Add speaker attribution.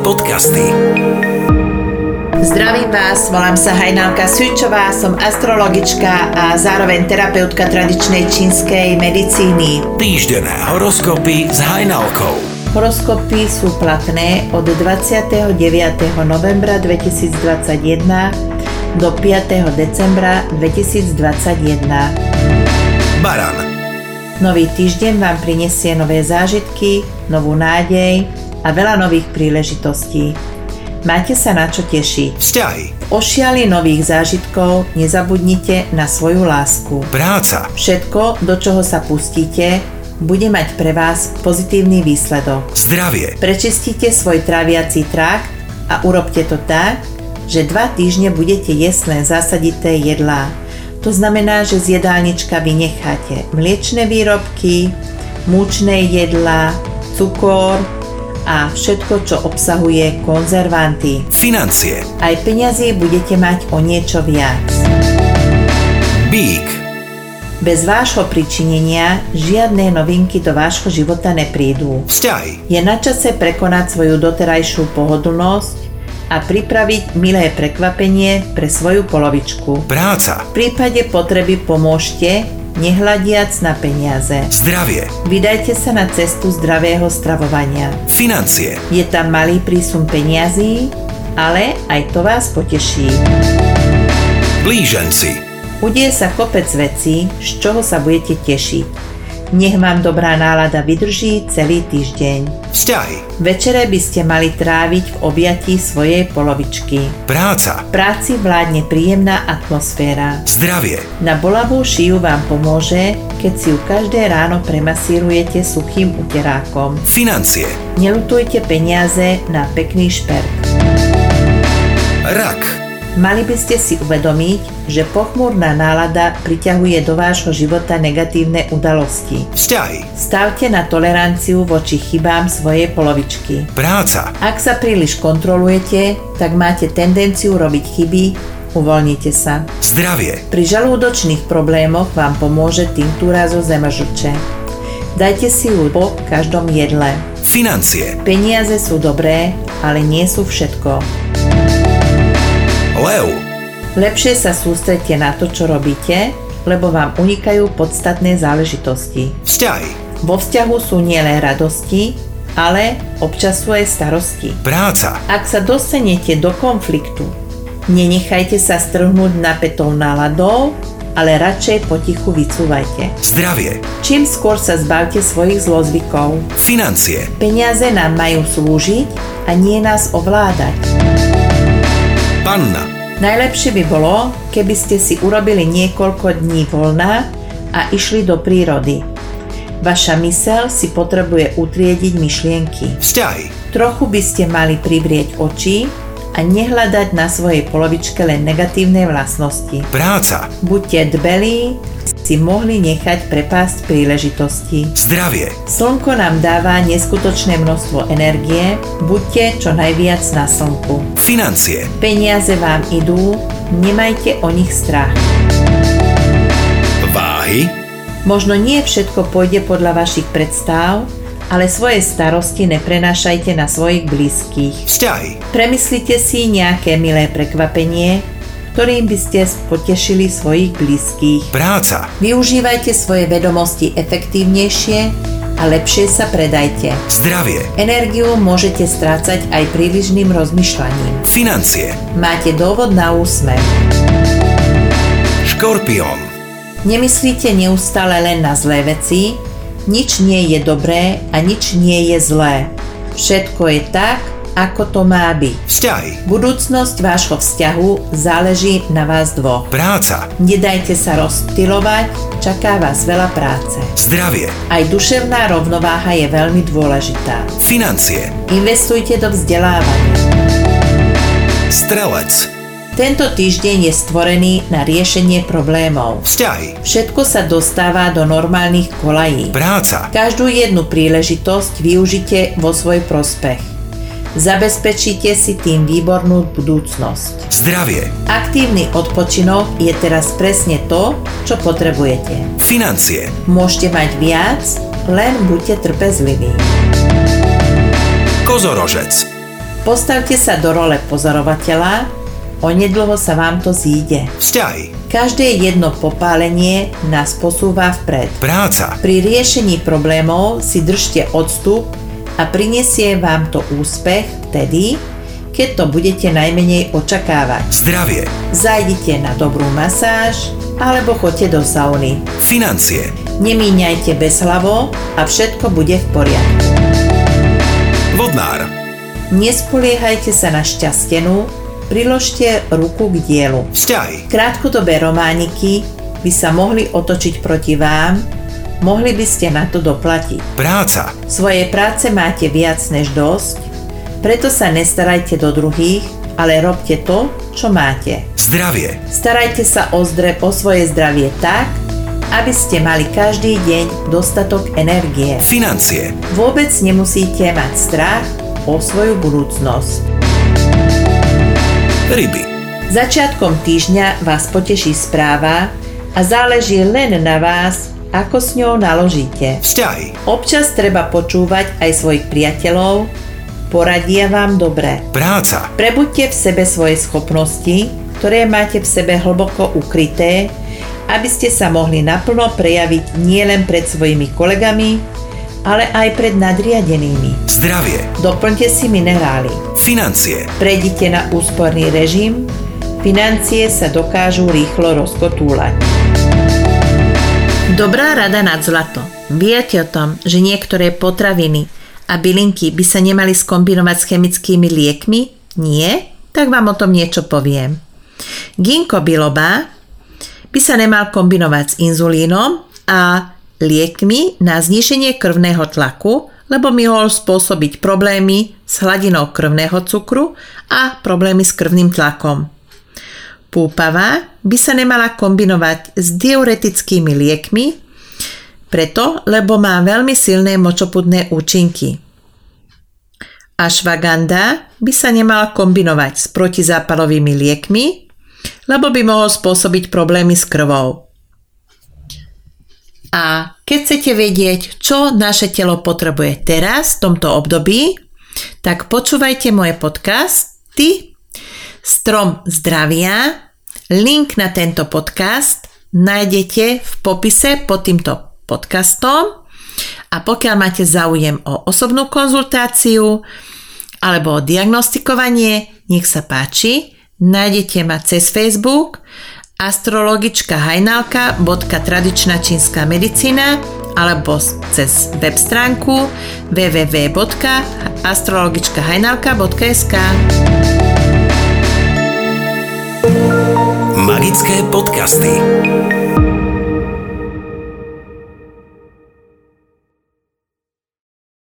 Speaker 1: podcasty.
Speaker 2: Zdravím vás, volám sa Hajnalka Sučová, som astrologička a zároveň terapeutka tradičnej čínskej medicíny.
Speaker 1: Týždené horoskopy s Hajnalkou.
Speaker 2: Horoskopy sú platné od 29. novembra 2021 do 5. decembra 2021.
Speaker 1: Baran,
Speaker 2: Nový týždeň vám prinesie nové zážitky, novú nádej a veľa nových príležitostí. Máte sa na čo tešiť.
Speaker 1: vzťahy,
Speaker 2: V ošiali nových zážitkov nezabudnite na svoju lásku.
Speaker 1: práca,
Speaker 2: Všetko, do čoho sa pustíte, bude mať pre vás pozitívny výsledok.
Speaker 1: zdravie,
Speaker 2: Prečistite svoj traviaci trakt a urobte to tak, že dva týždne budete jesť len zasadité jedlá. To znamená, že z jedálnička vynecháte mliečne výrobky, múčne jedlá, cukor a všetko, čo obsahuje konzervanty.
Speaker 1: financie,
Speaker 2: Aj peňazí budete mať o niečo viac.
Speaker 1: bík,
Speaker 2: Bez vášho pričinenia žiadne novinky do vášho života neprídu.
Speaker 1: vzťahy,
Speaker 2: Je na čase prekonať svoju doterajšiu pohodlnosť a pripraviť milé prekvapenie pre svoju polovičku.
Speaker 1: práca,
Speaker 2: V prípade potreby pomôžte, nehľadiac na peniaze.
Speaker 1: zdravie,
Speaker 2: Vydajte sa na cestu zdravého stravovania.
Speaker 1: financie,
Speaker 2: Je tam malý prísun peňazí, ale aj to vás poteší.
Speaker 1: blíženci,
Speaker 2: Udeje sa kopec vecí, z čoho sa budete tešiť. Nech vám dobrá nálada vydrží celý týždeň.
Speaker 1: vzťahy,
Speaker 2: Večere by ste mali tráviť v objatí svojej polovičky.
Speaker 1: práca,
Speaker 2: V práci vládne príjemná atmosféra.
Speaker 1: zdravie,
Speaker 2: Na bolavú šiju vám pomôže, keď si ju každé ráno premasírujete suchým uterákom.
Speaker 1: financie,
Speaker 2: Nelutujte peniaze na pekný šperk.
Speaker 1: rak,
Speaker 2: Mali by ste si uvedomiť, že pochmúrna nálada priťahuje do vášho života negatívne udalosti.
Speaker 1: vzťahy,
Speaker 2: Stavte na toleranciu voči chybám svojej polovičky.
Speaker 1: práca,
Speaker 2: Ak sa príliš kontrolujete, tak máte tendenciu robiť chyby, uvoľnite sa.
Speaker 1: zdravie,
Speaker 2: Pri žalúdočných problémoch vám pomôže tinktúra zo zemažuče. Dajte si ju po každom jedle.
Speaker 1: financie,
Speaker 2: Peniaze sú dobré, ale nie sú všetko.
Speaker 1: lev,
Speaker 2: Lepšie sa sústredte na to, čo robíte, lebo vám unikajú podstatné záležitosti.
Speaker 1: vzťahy,
Speaker 2: Vo vzťahu sú nielen radosti, ale občas sú aj starosti.
Speaker 1: práca,
Speaker 2: Ak sa dostanete do konfliktu, nenechajte sa strhnúť napätou náladou, ale radšej potichu vycúvajte.
Speaker 1: zdravie,
Speaker 2: Čím skôr sa zbavte svojich zlozvykov.
Speaker 1: financie,
Speaker 2: Peniaze nám majú slúžiť a nie nás ovládať.
Speaker 1: panna,
Speaker 2: Najlepšie by bolo, keby ste si urobili niekoľko dní voľna a išli do prírody. Vaša mysel si potrebuje utriediť myšlienky.
Speaker 1: vzťahy,
Speaker 2: Trochu by ste mali privrieť oči a nehľadať na svojej polovičke len negatívne vlastnosti.
Speaker 1: práca,
Speaker 2: Buďte dbelí, si mohli nechať prepásť príležitosti.
Speaker 1: zdravie,
Speaker 2: Slnko nám dáva neskutočné množstvo energie, buďte čo najviac na slnku.
Speaker 1: financie,
Speaker 2: Peniaze vám idú, nemajte o nich strach.
Speaker 1: váhy,
Speaker 2: Možno nie všetko pôjde podľa vašich predstáv, ale svoje starosti neprenášajte na svojich blízkych.
Speaker 1: vzťahy,
Speaker 2: Premyslite si nejaké milé prekvapenie, ktorým by ste potešili svojich blízkych.
Speaker 1: práca,
Speaker 2: Využívajte svoje vedomosti efektívnejšie a lepšie sa predajte.
Speaker 1: zdravie,
Speaker 2: Energiu môžete strácať aj prílišným rozmýšľaním.
Speaker 1: financie,
Speaker 2: Máte dôvod na úsmev.
Speaker 1: škorpión,
Speaker 2: Nemyslíte neustále len na zlé veci, nič nie je dobré a nič nie je zlé. Všetko je tak, ako to má byť.
Speaker 1: vzťahy,
Speaker 2: Budúcnosť vášho vzťahu záleží na vás dvoch.
Speaker 1: práca,
Speaker 2: Nedajte sa rozptilovať, čaká vás veľa práce.
Speaker 1: zdravie,
Speaker 2: Aj duševná rovnováha je veľmi dôležitá.
Speaker 1: financie,
Speaker 2: Investujte do vzdelávania.
Speaker 1: strelec,
Speaker 2: Tento týždeň je stvorený na riešenie problémov.
Speaker 1: vzťahy,
Speaker 2: Všetko sa dostáva do normálnych kolají.
Speaker 1: práca,
Speaker 2: Každú jednu príležitosť využite vo svoj prospech. Zabezpečíte si tým výbornú budúcnosť.
Speaker 1: zdravie,
Speaker 2: Aktívny odpočinok je teraz presne to, čo potrebujete.
Speaker 1: financie,
Speaker 2: Môžete mať viac, len buďte trpezliví.
Speaker 1: kozorožec,
Speaker 2: Postavte sa do role pozorovateľa, onedlho sa vám to zíde.
Speaker 1: vzťahy,
Speaker 2: Každé jedno popálenie nás posúva vpred.
Speaker 1: práca,
Speaker 2: Pri riešení problémov si držte odstup a prinesie vám to úspech vtedy, keď to budete najmenej očakávať.
Speaker 1: zdravie,
Speaker 2: Zajdite na dobrú masáž alebo choďte do sauny.
Speaker 1: financie.
Speaker 2: Nemíňajte bezhlavo a všetko bude v poriadku.
Speaker 1: Vodnár.
Speaker 2: Nespoliehajte sa na šťastenú, priložte ruku k dielu.
Speaker 1: Vzťahy.
Speaker 2: Krátkodobé romániky by sa mohli otočiť proti vám, mohli by ste na to doplatiť.
Speaker 1: Práca.
Speaker 2: Svoje práce máte viac než dosť, preto sa nestarajte do druhých, ale robte to, čo máte.
Speaker 1: Zdravie.
Speaker 2: Starajte sa o, zdre, o svoje zdravie tak, aby ste mali každý deň dostatok energie.
Speaker 1: Financie.
Speaker 2: Vôbec nemusíte mať strach o svoju budúcnosť.
Speaker 1: Ryby.
Speaker 2: Začiatkom týždňa vás poteší správa a záleží len na vás, ako s ňou naložíte.
Speaker 1: Vzťahy.
Speaker 2: Občas treba počúvať aj svojich priateľov, poradia vám dobre.
Speaker 1: Práca.
Speaker 2: Prebuďte v sebe svoje schopnosti, ktoré máte v sebe hlboko ukryté, aby ste sa mohli naplno prejaviť nielen pred svojimi kolegami, ale aj pred nadriadenými.
Speaker 1: Zdravie.
Speaker 2: Doplňte si minerály.
Speaker 1: Financie.
Speaker 2: Prejdite na úsporný režim, financie sa dokážu rýchlo rozkotúľať. Dobrá rada nad zlato. Viete o tom, že niektoré potraviny a bylinky by sa nemali skombinovať s chemickými liekmi? Nie? Tak vám o tom niečo poviem. Ginkgo biloba by sa nemal kombinovať s inzulínom a liekmi na zníženie krvného tlaku, lebo mi mohol spôsobiť problémy s hladinou krvného cukru a problémy s krvným tlakom. Púpava by sa nemala kombinovať s diuretickými liekmi, preto, lebo má veľmi silné močopudné účinky. Ashwagandha by sa nemala kombinovať s protizápalovými liekmi, lebo by mohol spôsobiť problémy s krvou. A keď chcete vedieť, čo naše telo potrebuje teraz, v tomto období, tak počúvajte moje podcasty Strom zdravia. Link na tento podcast nájdete v popise pod týmto podcastom. A pokiaľ máte záujem o osobnú konzultáciu alebo o diagnostikovanie, nech sa páči, nájdete ma cez Facebook astrologička hajnalka.tradičná čínska medicína alebo cez web stránku www.astrologičkahajnalka.sk
Speaker 1: Magické podcasty.